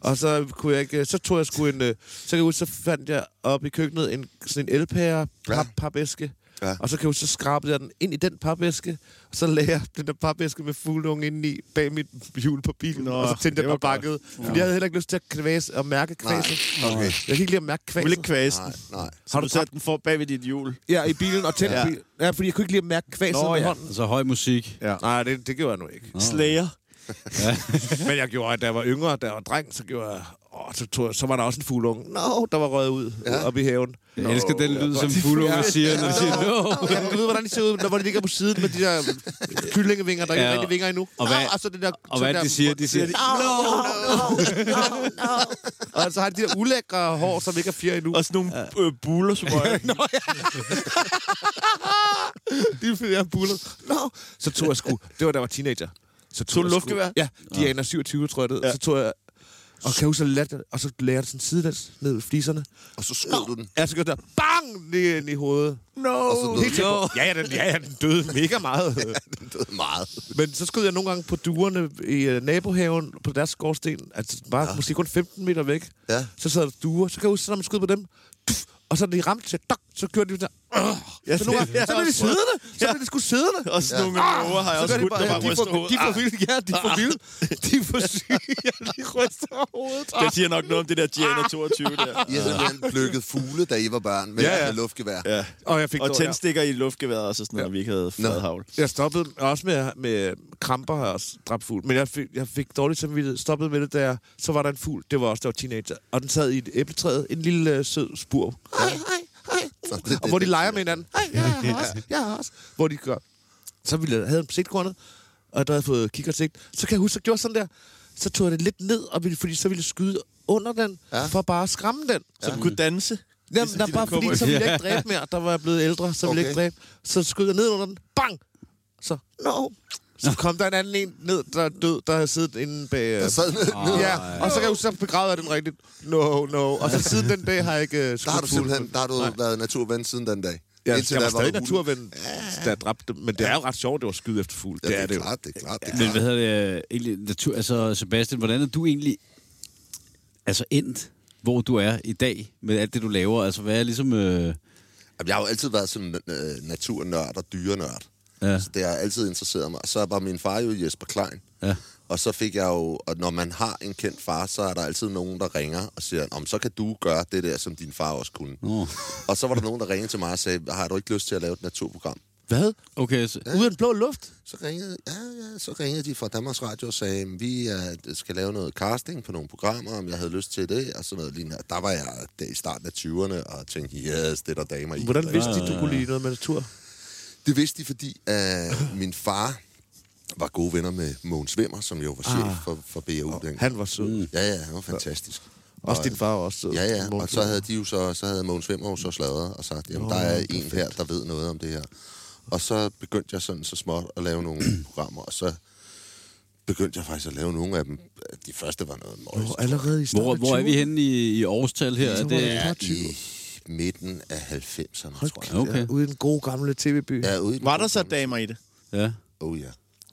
[SPEAKER 4] Og så kunne jeg ikke, så tog jeg sgu en, øh, så kan jeg huske, så fandt jeg op i køkkenet en, sådan en elpære, pap, papæske.
[SPEAKER 3] Ja.
[SPEAKER 4] Ja. Og så kan jeg huske, så skrabede jeg den ind i den papæske, og så lagde jeg den der papæske med fugleunge inde i bag mit hjul på bilen, Nå, og så tændte jeg på bakket. Fordi jeg havde heller ikke lyst til at kvæse og mærke kvæset.
[SPEAKER 3] Okay.
[SPEAKER 4] Jeg kan ikke lide at mærke
[SPEAKER 5] Du
[SPEAKER 4] kvasen.
[SPEAKER 5] vil ikke kvæse
[SPEAKER 3] Nej,
[SPEAKER 5] den.
[SPEAKER 3] nej.
[SPEAKER 5] Så du satte den for bag ved dit hjul.
[SPEAKER 4] Ja, i bilen og tændte
[SPEAKER 5] Ja.
[SPEAKER 4] ja. bilen. Ja, fordi jeg kunne ikke lide at mærke kvasen
[SPEAKER 5] Nå,
[SPEAKER 4] med
[SPEAKER 5] ja.
[SPEAKER 4] hånden.
[SPEAKER 6] Altså høj musik.
[SPEAKER 5] Ja.
[SPEAKER 4] Nej, det, det gjorde jeg nu ikke.
[SPEAKER 5] Slayer.
[SPEAKER 4] [LAUGHS] Men jeg gjorde, at da jeg var yngre, da jeg var dreng, så gjorde jeg... Åh, så, tog jeg, så var der også en fuglunge. Nå, der var røget ud ja. oppe i haven.
[SPEAKER 6] Jeg elsker den lyd, som fuglunger siger, når de siger no.
[SPEAKER 4] Ja, du ved, hvordan de ser ud, når de ligger på siden med de der kyllingevinger, der ikke
[SPEAKER 6] Ja,
[SPEAKER 4] er
[SPEAKER 6] og-
[SPEAKER 4] rigtig vinger endnu.
[SPEAKER 6] og hvad-
[SPEAKER 4] Nå, og så det der,
[SPEAKER 6] Og
[SPEAKER 4] så
[SPEAKER 6] hvad
[SPEAKER 4] der,
[SPEAKER 6] de siger, de siger...
[SPEAKER 4] Ah, Og så har de der ulækre hår, som ikke er fjer endnu.
[SPEAKER 5] Og sådan nogle øh, buler, som
[SPEAKER 4] [LAUGHS]
[SPEAKER 5] er...
[SPEAKER 4] de er bullet. Nå, så tog jeg sgu... Det var, da jeg var teenager. Så
[SPEAKER 5] Tog
[SPEAKER 4] tog jeg sgu...
[SPEAKER 5] luftgevær?
[SPEAKER 4] Ja, de er 27, tror jeg det. Ja. Så tog jeg... Og kan jeg huske, så lagde jeg- og så lagde jeg det sådan sidelæns ned ved fliserne.
[SPEAKER 3] Og så skød du den. [LAUGHS]
[SPEAKER 4] Ja, så gør der bang lige ind i hovedet.
[SPEAKER 5] No!
[SPEAKER 4] Oh, Helt no. Ja, ja, den, ja, ja, den døde mega meget.
[SPEAKER 3] Den døde meget.
[SPEAKER 4] Men så skød jeg nogle gange på duerne i øh, nabohaven på deres skorsten. Altså bare ja. måske kun 15 meter væk.
[SPEAKER 3] Ja.
[SPEAKER 4] Så sad der duer. Så kan jeg huske, så når man skød på dem. Tuff, og så når de ramte sig, dok, så gjorde de sådan, "Åh!" så, nogle gange, så blev de siddende. Så blev de sgu siddende.
[SPEAKER 5] Og sådan nogle øver har jeg også
[SPEAKER 4] Så gør de
[SPEAKER 5] skudt,
[SPEAKER 4] bare,
[SPEAKER 5] der
[SPEAKER 4] ja,
[SPEAKER 5] bare
[SPEAKER 4] de,
[SPEAKER 5] ryster
[SPEAKER 4] får, de
[SPEAKER 5] hovedet. Ah.
[SPEAKER 4] får vildt, ja, de får
[SPEAKER 5] [LAUGHS]
[SPEAKER 4] vildt. De får syge, ja, de ryster hovedet.
[SPEAKER 5] Ah, Det siger nok noget om det der
[SPEAKER 3] Ah.
[SPEAKER 5] Diana 22 der.
[SPEAKER 3] I har simpelthen plukket fugle, da I var børn med,
[SPEAKER 4] Ah. Ja,
[SPEAKER 3] ja, ja.
[SPEAKER 4] ja.
[SPEAKER 3] med luftgevær.
[SPEAKER 5] Ja.
[SPEAKER 4] Ah. Og jeg fik
[SPEAKER 5] Og
[SPEAKER 4] dår, ja.
[SPEAKER 5] tændstikker i luftgeværet også, og sådan noget, vi ikke havde fladhavl.
[SPEAKER 4] Jeg stoppede også med, med kramper og også dræbt fugl, men jeg fik, jeg fik dårligt samvittighed. Stoppede med det, da jeg, så var der en fugl, det var også, der var teenager, og den sad i et æbletræ, en lille øh, sød spur. Hej, hej, hej.
[SPEAKER 3] det-
[SPEAKER 4] Og hvor de leger med hinanden. Hej, jeg har også, jeg har også. Hvor de gør. Så ville jeg, havde jeg sigtkornet, og der havde jeg fået kikkertsigt. Så kan jeg huske, at jeg gjorde sådan der. Så tog jeg det lidt ned, og ville, fordi så ville jeg skyde under den, ja. for bare at skræmme den.
[SPEAKER 5] Så du kunne danse.
[SPEAKER 4] Jamen, Ligesom der bare fordi, så ville jeg ikke dræbe mere. Der var jeg blevet ældre, så ville jeg ikke
[SPEAKER 3] Okay.
[SPEAKER 4] dræbe. Så skød jeg ned under den. Bang! Så, no. Så kom der en anden en ned, der er død, der havde siddet inde bag... øh,
[SPEAKER 3] Jeg sad ned, ned.
[SPEAKER 4] Ja, og så kan jeg jo så begræde den rigtigt. No, no. Og så siden den dag har jeg ikke uh,
[SPEAKER 3] Der har du simpelthen der har du været naturven siden den dag.
[SPEAKER 4] Ja,
[SPEAKER 3] Indtil
[SPEAKER 4] jeg
[SPEAKER 3] da
[SPEAKER 4] var stadig
[SPEAKER 3] du fuglen.
[SPEAKER 4] naturven, der dræbte dem. Men det er jo ret sjovt, det var skyde efter fugl.
[SPEAKER 3] Ja, det, er det, klart, det er klart, det er
[SPEAKER 6] Men
[SPEAKER 3] klart.
[SPEAKER 6] hvad hedder det egentlig? Natur, altså, Sebastian, hvordan er du egentlig altså endt, hvor du er i dag med alt det, du laver? Altså, hvad er ligesom... Øh,
[SPEAKER 3] Jamen, jeg har jo altid været sådan øh, naturnørd og dyrenørd.
[SPEAKER 6] Ja.
[SPEAKER 3] Så det har altid interesseret mig. Og så var min far jo Jesper Klein.
[SPEAKER 6] Ja.
[SPEAKER 3] Og så fik jeg jo, og når man har en kendt far, så er der altid nogen, der ringer og siger, om så kan du gøre det der, som din far også kunne.
[SPEAKER 6] Nå.
[SPEAKER 3] Og så var der nogen, der ringede til mig og sagde, har du ikke lyst til at lave et naturprogram?
[SPEAKER 4] Hvad?
[SPEAKER 6] okay, så,
[SPEAKER 4] Ude af den blå luft?
[SPEAKER 3] Så ringede, ja, ja, så ringede de fra Danmarks Radio og sagde, vi uh, skal lave noget casting på nogle programmer, om jeg havde lyst til det, og sådan noget lignende. Der var jeg der i starten af 20'erne og tænkte, yes, det er der damer i.
[SPEAKER 4] Hvordan vidste de, du kunne lide noget med natur?
[SPEAKER 3] Det vidste de, fordi uh, min far var gode venner med Mogens Vimmer, som jo var chef for, for BAU dengang.
[SPEAKER 4] Ah.
[SPEAKER 3] Mm.
[SPEAKER 4] Han var sød.
[SPEAKER 3] Ja, ja, han var fantastisk.
[SPEAKER 4] Også din far var også sød.
[SPEAKER 3] Ja, ja, og
[SPEAKER 4] Mogens
[SPEAKER 3] så havde de jo så, så havde Mogens Vimmer jo så sladret og sagt, jamen, der er en her, der ved noget om det her. Og så begyndte jeg sådan så småt at lave nogle
[SPEAKER 4] [CLEARS THROAT]
[SPEAKER 3] programmer, og så begyndte jeg faktisk at lave nogle af dem. De første var noget møjs.
[SPEAKER 4] Og allerede i starten
[SPEAKER 6] Hvor,
[SPEAKER 4] af
[SPEAKER 6] hvor er vi
[SPEAKER 4] 20'erne?
[SPEAKER 6] henne i, i årstal her? Er
[SPEAKER 4] Så
[SPEAKER 6] det,
[SPEAKER 4] var det
[SPEAKER 3] I midten af 90'erne, tror jeg.
[SPEAKER 4] Hold
[SPEAKER 6] Okay.
[SPEAKER 4] okay. Ude i den gode gamle tv-by. Ja.
[SPEAKER 3] Ja, ude i den
[SPEAKER 5] Var der så
[SPEAKER 3] gode
[SPEAKER 5] damer i det?
[SPEAKER 6] ja.
[SPEAKER 3] gamle- Oh ja.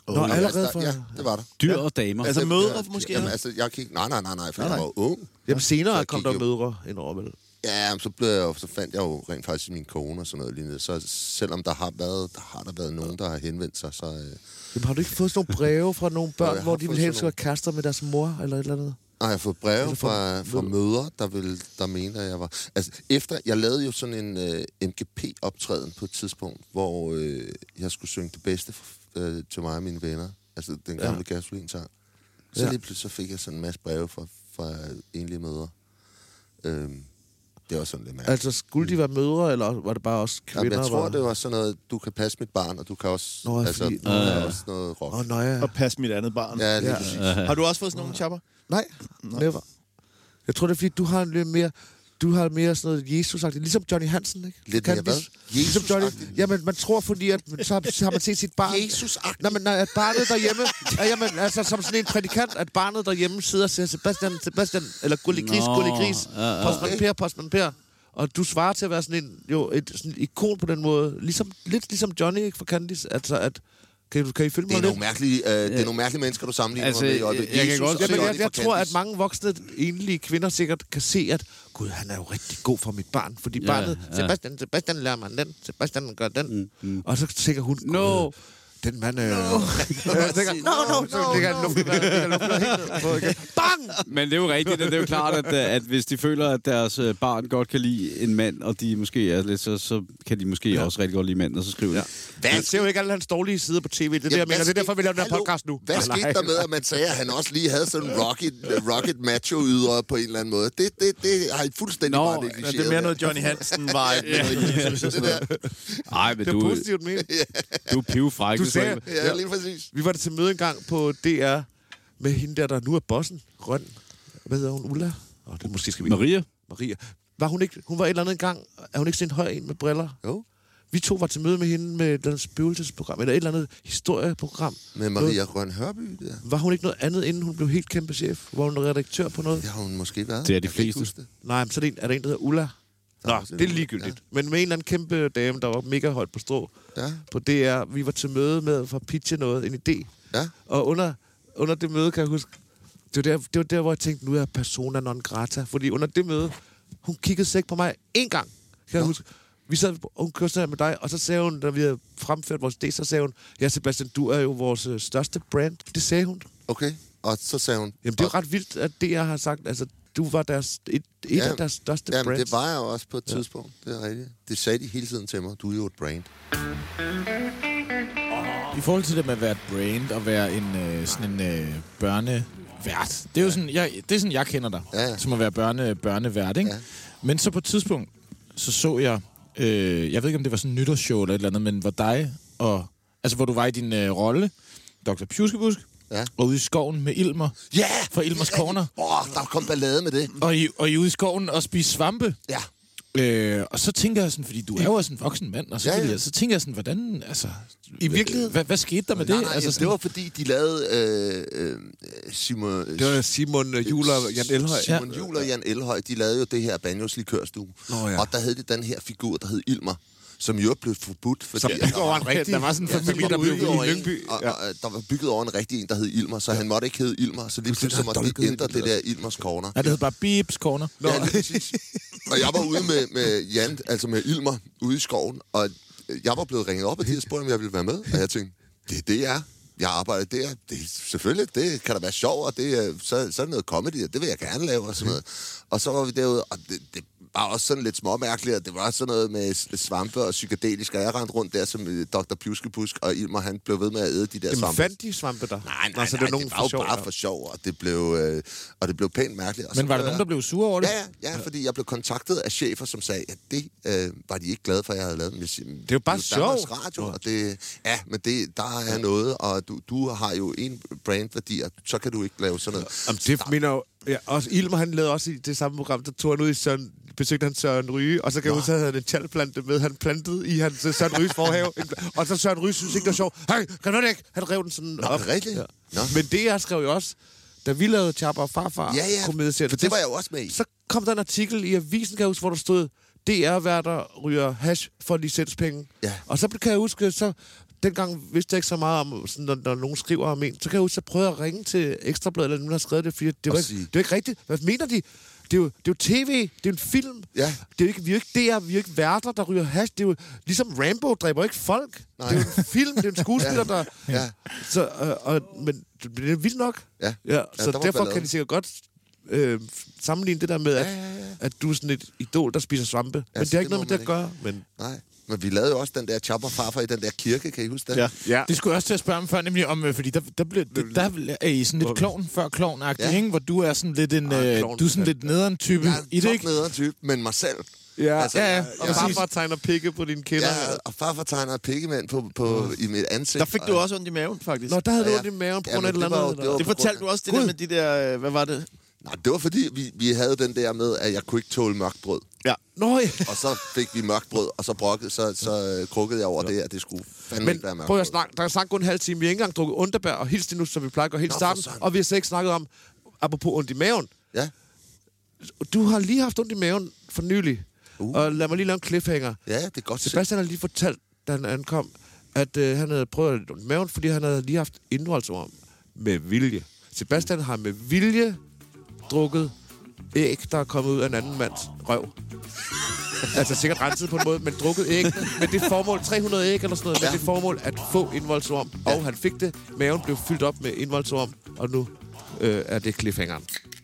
[SPEAKER 4] Nå,
[SPEAKER 3] ja,
[SPEAKER 4] allerede
[SPEAKER 3] der-
[SPEAKER 4] fra...
[SPEAKER 3] Ja, det var der.
[SPEAKER 6] Dyr og damer.
[SPEAKER 5] Altså
[SPEAKER 3] Dem-
[SPEAKER 5] mødre
[SPEAKER 3] ja,
[SPEAKER 5] måske?
[SPEAKER 3] Jamen,
[SPEAKER 5] Jamen,
[SPEAKER 3] altså, jeg kiggede... Nej, nej, nej, nej, for jeg var jo ung.
[SPEAKER 4] Jamen
[SPEAKER 3] Så
[SPEAKER 4] senere
[SPEAKER 3] jeg
[SPEAKER 4] kom
[SPEAKER 3] gik
[SPEAKER 4] der
[SPEAKER 3] jo-
[SPEAKER 4] mødre ind over, vel?
[SPEAKER 3] Ja, men så, blev jeg, jo- så fandt jeg jo rent faktisk min kone og sådan noget lignende. Så selvom der har været, der har der været nogen, der har henvendt sig, så... Øh,
[SPEAKER 4] Jamen, har du ikke fået sådan nogle breve fra nogle
[SPEAKER 3] Jo,
[SPEAKER 4] børn,
[SPEAKER 3] jeg
[SPEAKER 4] hvor
[SPEAKER 3] har
[SPEAKER 4] de
[SPEAKER 3] fået
[SPEAKER 4] ville helst
[SPEAKER 3] sådan
[SPEAKER 4] være kærester med deres mor, eller et eller andet?
[SPEAKER 3] Nej, jeg har fået
[SPEAKER 4] Eller
[SPEAKER 3] breve
[SPEAKER 4] fra-
[SPEAKER 3] fra, fra mødre, der, vil, der mente, at jeg var... Altså, efter... Jeg lavede jo sådan en øh, MGP-optræden på et tidspunkt, hvor øh, jeg skulle synge det bedste øh, til mig og mine venner. Altså, den gamle ja. gasolin-sang. Så
[SPEAKER 4] Ja.
[SPEAKER 3] ja. lige pludselig så fik jeg sådan en masse breve fra, fra enlige mødre. Øhm, det var sådan lidt mærkeligt.
[SPEAKER 4] Altså, skulle de være mødre, eller var det bare også
[SPEAKER 3] Jamen,
[SPEAKER 4] kvinder?
[SPEAKER 3] jeg tror,
[SPEAKER 4] var...
[SPEAKER 3] det var sådan noget, du kan passe mit barn, og du kan også...
[SPEAKER 4] Nå,
[SPEAKER 3] altså,
[SPEAKER 4] fordi-
[SPEAKER 3] der er også noget rock.
[SPEAKER 4] Åh, oh, nøj.
[SPEAKER 5] og pas mit andet barn.
[SPEAKER 3] ja, lige
[SPEAKER 4] ja.
[SPEAKER 3] præcis.
[SPEAKER 5] Har du også fået sådan nogle chapper?
[SPEAKER 4] Nej, never. Jeg tror, det er, fordi du har en lidt mere... Du har mere sådan noget jesus -agtigt. Ligesom Johnny Hansen, ikke?
[SPEAKER 3] Lidt
[SPEAKER 4] Kan
[SPEAKER 3] mere
[SPEAKER 4] vi-
[SPEAKER 3] hvad?
[SPEAKER 4] Ligesom Johnny...
[SPEAKER 3] Jesus-agtigt?
[SPEAKER 4] Jamen, man tror fordi, at så har, så har man set sit barn...
[SPEAKER 3] Jesus-agtigt?
[SPEAKER 4] Nej, men nej, at barnet derhjemme...
[SPEAKER 3] [LAUGHS]
[SPEAKER 4] ja, jamen, altså, som sådan en prædikant, at barnet derhjemme sidder og siger, Sebastian, Sebastian, eller Gulli Gris,
[SPEAKER 6] Nå,
[SPEAKER 4] Gulli Gris,
[SPEAKER 6] ja, ja.
[SPEAKER 4] postman Per, postman Per. Og du svarer til at være sådan en, jo, et sådan et ikon på den måde. Ligesom, lidt ligesom Johnny, ikke, fra Candice. Altså, at... Kan, I- kan I følge
[SPEAKER 3] Det er,
[SPEAKER 4] mig lidt?
[SPEAKER 3] nogle mærkelige, øh, det er nogle mærkelige mennesker, du sammenligner
[SPEAKER 6] Altså,
[SPEAKER 3] mig med i øjeblikket.
[SPEAKER 6] jeg- jeg kan godt-
[SPEAKER 3] og
[SPEAKER 4] Jamen,
[SPEAKER 3] Johnny
[SPEAKER 4] jeg, jeg
[SPEAKER 3] fra
[SPEAKER 4] tror, at
[SPEAKER 3] Candice.
[SPEAKER 4] mange voksne, enlige kvinder sikkert kan se, at Gud, han er jo rigtig god for mit barn, fordi
[SPEAKER 6] Ja,
[SPEAKER 4] ja, barnet,
[SPEAKER 6] ja.
[SPEAKER 4] ja. Sebastian, Sebastian lærer mig den, Sebastian gør den. Mm, mm. Og så tænker hun, "Gud,
[SPEAKER 6] No.
[SPEAKER 4] den mand... Øh, no. [LAUGHS] jeg tænker, no, no, no, no. Ligger no. Bang!
[SPEAKER 6] Men det er jo rigtigt, og det er jo klart, at, øh, at hvis de føler, at deres øh, barn godt kan lide en mand, og de måske er lidt, så, så kan de måske ja. også rigtig godt lide mænd, og så skriver ja.
[SPEAKER 3] Hvad
[SPEAKER 4] Jeg ser jo ikke alle hans dårlige sider på tv. Det er det, jeg
[SPEAKER 3] Jamen,
[SPEAKER 4] mener.
[SPEAKER 3] hvad
[SPEAKER 4] Det er derfor,
[SPEAKER 3] skete-
[SPEAKER 4] vi laver den her
[SPEAKER 3] Hallo,
[SPEAKER 4] podcast nu.
[SPEAKER 3] Hvad skete der med, at man sagde, at han også lige havde sådan en rocket, rocket macho ydre på en eller anden måde? Det, det, det har I fuldstændig
[SPEAKER 6] Nå,
[SPEAKER 3] bare
[SPEAKER 6] men det er
[SPEAKER 5] Ja,
[SPEAKER 3] negligeret.
[SPEAKER 5] det er mere noget Johnny Hansen var [LAUGHS]
[SPEAKER 3] Ja, det der.
[SPEAKER 6] Nej, men
[SPEAKER 4] Det
[SPEAKER 6] du,
[SPEAKER 4] er positivt, men.
[SPEAKER 6] du er pivfræk.
[SPEAKER 4] Du
[SPEAKER 6] det tror jeg
[SPEAKER 4] sagde-
[SPEAKER 6] ikke.
[SPEAKER 3] Ja, lige præcis.
[SPEAKER 4] Vi var til møde engang på DR med hende der, der nu er bossen. Grøn. Hvad hedder hun? Ulla? Oh, det måske skal vi
[SPEAKER 6] Maria?
[SPEAKER 4] Maria. Var hun ikke, hun var et eller andet engang, er hun ikke sådan en høj en med briller?
[SPEAKER 3] Jo.
[SPEAKER 4] Vi to var til møde med hende med et eller andet spøgelsesprogram, eller et eller andet historieprogram.
[SPEAKER 3] Med Maria Røn Hørby, der.
[SPEAKER 4] Var hun ikke noget andet, inden hun blev helt kæmpe chef? Var hun redaktør på noget?
[SPEAKER 3] Det har hun måske været.
[SPEAKER 6] Det er de
[SPEAKER 3] Jeg kan ikke
[SPEAKER 6] fleste.
[SPEAKER 3] huske det.
[SPEAKER 4] Nej, men så er, det en, er der en, der hedder Ulla.
[SPEAKER 3] Der er
[SPEAKER 4] Nå,
[SPEAKER 3] også en
[SPEAKER 4] det er
[SPEAKER 3] Ulla,
[SPEAKER 4] ligegyldigt. Ja. Men med en eller anden kæmpe dame, der var mega højt på strå
[SPEAKER 3] Ja.
[SPEAKER 4] på DR. Vi var til møde med for at pitche noget, en idé.
[SPEAKER 3] Ja.
[SPEAKER 4] Og under, under det møde, kan jeg huske, det var, der, det var der, hvor jeg tænkte, nu er jeg persona non grata. Fordi under det møde, hun kiggede sig ikke på mig én gang, kan jeg huske. Vi sad, og hun kørte sådan her med dig, og så sagde hun, da vi havde fremført vores idé, så sagde hun, ja Sebastian, du er jo vores øh, største brand. Det sagde hun.
[SPEAKER 3] Okay. Og så sagde hun...
[SPEAKER 4] Jamen, det er jo ret vildt, at DR har sagt, altså, du var deres, et, et af deres største
[SPEAKER 3] jamen,
[SPEAKER 4] brands.
[SPEAKER 3] det var jeg jo også på et tidspunkt. Det er rigtigt. Det sagde de hele tiden til mig. Du er jo et brand.
[SPEAKER 1] I forhold til det med at være et brand og være en øh, sådan en øh, børnevært. Det er jo sådan jeg, det er sådan jeg kender dig,
[SPEAKER 3] Ja, ja.
[SPEAKER 1] som at være børne børnevært, ikke?
[SPEAKER 3] Ja.
[SPEAKER 1] Men så på et tidspunkt så så jeg øh, jeg ved ikke om det var sådan en nytårsshow eller et eller andet, men hvor dig og altså hvor du var i din øh, rolle Dr. Pjuskebusk
[SPEAKER 3] Ja.
[SPEAKER 1] og ude i skoven med Ilmer
[SPEAKER 3] Ja!
[SPEAKER 1] fra Ilmers Corner.
[SPEAKER 3] Åh, oh, der kom ballade med det.
[SPEAKER 1] Og I, og I er ude i skoven og spise svampe.
[SPEAKER 3] Ja.
[SPEAKER 1] Øh, og så tænker jeg sådan, fordi du er jo også en voksen mand, og så,
[SPEAKER 3] Ja,
[SPEAKER 1] ja,
[SPEAKER 3] ja.
[SPEAKER 1] ja. så tænker jeg sådan, hvordan, altså...
[SPEAKER 3] I virkeligheden?
[SPEAKER 1] Hvad, hvad skete der med
[SPEAKER 3] Nej,
[SPEAKER 1] det?
[SPEAKER 3] nej,
[SPEAKER 1] altså,
[SPEAKER 3] altså, det var fordi, de lavede øh, øh, Simon...
[SPEAKER 4] det var Simon øh, Juhl og Jan Elhøj.
[SPEAKER 3] Simon Juhl og Jan Elhøj, de lavede jo det her Banjos Likørstue.
[SPEAKER 4] Nå ja.
[SPEAKER 3] Og der havde de den her figur, der hed Ilmer, som jo blev forbudt. Fordi, som
[SPEAKER 1] Det var en rigtig... Der var sådan en familie, der blev ude i Lyngby.
[SPEAKER 3] Og, og, øh, der var bygget over en rigtig en, der hed Ilmer, så ja. han måtte ikke hedde Ilmer, så lige pludselig så måtte de ændre det der Ilmers Corner.
[SPEAKER 1] Ja, det hed bare Beeps Corner.
[SPEAKER 3] Nå. Ja, lige præcis. og jeg var ude med, med Jan, altså med Ilmer, ude i skoven, og jeg var blevet ringet op, og de havde spurgt, om jeg ville være med. Og jeg tænkte, det er det, jeg er. Jeg arbejder der. Det, er- selvfølgelig, det kan da være sjovt, og det, er- så, så er det noget comedy, og det vil jeg gerne lave, og sådan noget. Og så var vi derude, og det, det var også sådan lidt småmærkeligt, og det var sådan noget med s- svampe og psykedelisk, og jeg rendte rundt der som øh, Dr. Pjuskepusk, og Ilmer, han blev ved med at æde de der
[SPEAKER 4] Jamen,
[SPEAKER 3] svampe.
[SPEAKER 4] fandt de svampe der?
[SPEAKER 3] Nej, nej,
[SPEAKER 4] Nå, så
[SPEAKER 3] nej,
[SPEAKER 4] er nogen
[SPEAKER 3] det var jo
[SPEAKER 4] sjov,
[SPEAKER 3] bare
[SPEAKER 4] ja.
[SPEAKER 3] for sjov, og det blev, øh, og det blev pænt mærkeligt. Og så
[SPEAKER 1] Men var der
[SPEAKER 3] blev
[SPEAKER 1] nogen,
[SPEAKER 3] jeg-
[SPEAKER 1] der blev sure over det?
[SPEAKER 3] Ja, ja, ja, fordi jeg blev kontaktet af chefer, som sagde, at det øh, var de ikke glade for, at jeg havde lavet. Men jeg siger, det
[SPEAKER 4] er jo bare
[SPEAKER 3] Danmarks
[SPEAKER 4] sjovt.
[SPEAKER 3] Radio, og det, ja, men det, der er noget, og du, du har jo en brandværdi, og så kan du ikke lave sådan noget.
[SPEAKER 4] Jamen, det mener jeg jo, Ja, og Ilmer, han lavede også i det samme program, der tog han ud i Søren, besøgte han Søren Ryge, og så kan jeg huske, at han havde en tjalplante med, han plantede i hans øh, Søren Ryges forhave. En- Og så Søren Ryge synes ikke, det var sjovt. Hey, kan du det ikke? Han rev den sådan Nå,
[SPEAKER 3] er
[SPEAKER 4] op.
[SPEAKER 3] det rigtigt? Nå.
[SPEAKER 4] Men det jeg skrev jo også, da vi lavede Chapper og Farfar,
[SPEAKER 3] Ja, ja,
[SPEAKER 4] komedieserien,
[SPEAKER 3] for det var jeg jo også med i.
[SPEAKER 4] Så kom der en artikel i Avisen, kan jeg huske, hvor der stod, DR-værter ryger hash for licenspenge.
[SPEAKER 3] Ja.
[SPEAKER 4] Og så kan jeg huske, så dengang vidste jeg ikke så meget om, sådan, når, når nogen skriver om en, så kan jeg huske, så prøvede jeg at ringe til Ekstrabladet, eller nogen, der har skrevet det, fordi det var, ikke,
[SPEAKER 3] sige-
[SPEAKER 4] det var ikke rigtigt. Hvad mener de? Det er, jo, det er jo tv, det er en film.
[SPEAKER 3] Ja.
[SPEAKER 4] Det er jo ikke, vi er jo ikke DR, vi er jo ikke værter, der ryger hash. Det er jo ligesom Rambo dræber ikke folk.
[SPEAKER 3] Nej.
[SPEAKER 4] Det er jo en
[SPEAKER 3] [LAUGHS]
[SPEAKER 4] film, det er en skuespiller, der...
[SPEAKER 3] Ja.
[SPEAKER 4] Så, øh, og, men det det er vildt nok.
[SPEAKER 3] Ja.
[SPEAKER 4] ja
[SPEAKER 3] Ja,
[SPEAKER 4] så
[SPEAKER 3] der var
[SPEAKER 4] derfor
[SPEAKER 3] ballade.
[SPEAKER 4] kan de sikkert godt øh, sammenligne det der med, at, ja, ja, ja. at du er sådan et idol, der spiser svampe. Ja, men det
[SPEAKER 3] så
[SPEAKER 4] har ikke
[SPEAKER 3] Altså, det
[SPEAKER 4] noget
[SPEAKER 3] må
[SPEAKER 4] med det at gøre. Men
[SPEAKER 3] Nej. Men vi lavede jo også den der chopper farfar i den der kirke, kan I huske det?
[SPEAKER 5] Ja.
[SPEAKER 1] Ja. Det skulle jeg også til at spørge om før, nemlig om, øh, fordi der, der, blev, det, der er I sådan lidt klovn før klovn ja.
[SPEAKER 3] Ja. Ah,
[SPEAKER 1] ikke? hvor du er sådan lidt en, øh,
[SPEAKER 4] klovn.
[SPEAKER 1] du er sådan lidt nederen type
[SPEAKER 3] Jeg er
[SPEAKER 1] i det, ikke?
[SPEAKER 3] en type, men mig selv.
[SPEAKER 1] Ja, ja, ja,
[SPEAKER 4] og
[SPEAKER 1] præcis.
[SPEAKER 4] farfar tegner pikke på dine kinder.
[SPEAKER 3] Altså, Ja, og farfar tegner et pikkemand på, på, i mit ansigt.
[SPEAKER 5] Der fik du også ondt i maven, faktisk.
[SPEAKER 4] Nå, der havde du
[SPEAKER 3] Ja.
[SPEAKER 4] ondt i maven på
[SPEAKER 3] Ja,
[SPEAKER 4] grund af et
[SPEAKER 3] men
[SPEAKER 4] eller
[SPEAKER 3] det var jo-
[SPEAKER 4] andet.
[SPEAKER 3] det var-
[SPEAKER 4] eller?
[SPEAKER 5] Det fortalte du også, det der med de der... øh, Hvad var det?
[SPEAKER 3] Nej, det var fordi, vi, vi havde den der med, at jeg kunne ikke tåle mørkt brød.
[SPEAKER 4] Nå, ja.
[SPEAKER 3] Og så fik vi mørkt brød, og så brokkede, så, så øh, krukkede jeg over det, at det skulle fandme
[SPEAKER 4] Men
[SPEAKER 3] ikke være mørkt
[SPEAKER 4] prøv
[SPEAKER 3] brød.
[SPEAKER 4] at snakke. Der er snakket kun en halv time. Vi har ikke engang drukket underbær og hils det nu, som vi plejer at gøre helt
[SPEAKER 3] Nå, for
[SPEAKER 4] sammen.
[SPEAKER 3] søren.
[SPEAKER 4] Og vi har slet ikke snakket om, apropos ondt i maven.
[SPEAKER 3] Ja,
[SPEAKER 4] Du har lige haft ondt i maven for nylig. Uh. Og lad mig lige lave en cliffhanger.
[SPEAKER 3] ja, det er godt set.
[SPEAKER 4] Sebastian har lige fortalt, da han ankom, at øh, han havde prøvet at have ondt i maven, fordi han havde lige haft indholdsvarm med vilje. Sebastian har med vilje drukket æg, der er kommet ud af en anden mands røv. [LAUGHS] altså sikkert renset på en måde, men drukket æg med det formål, 300 æg eller sådan noget, ja. med det formål at få indvoldsorm. Ja. Og han fik det. Maven blev fyldt op med indvoldsorm, og nu øh, er det cliffhangeren.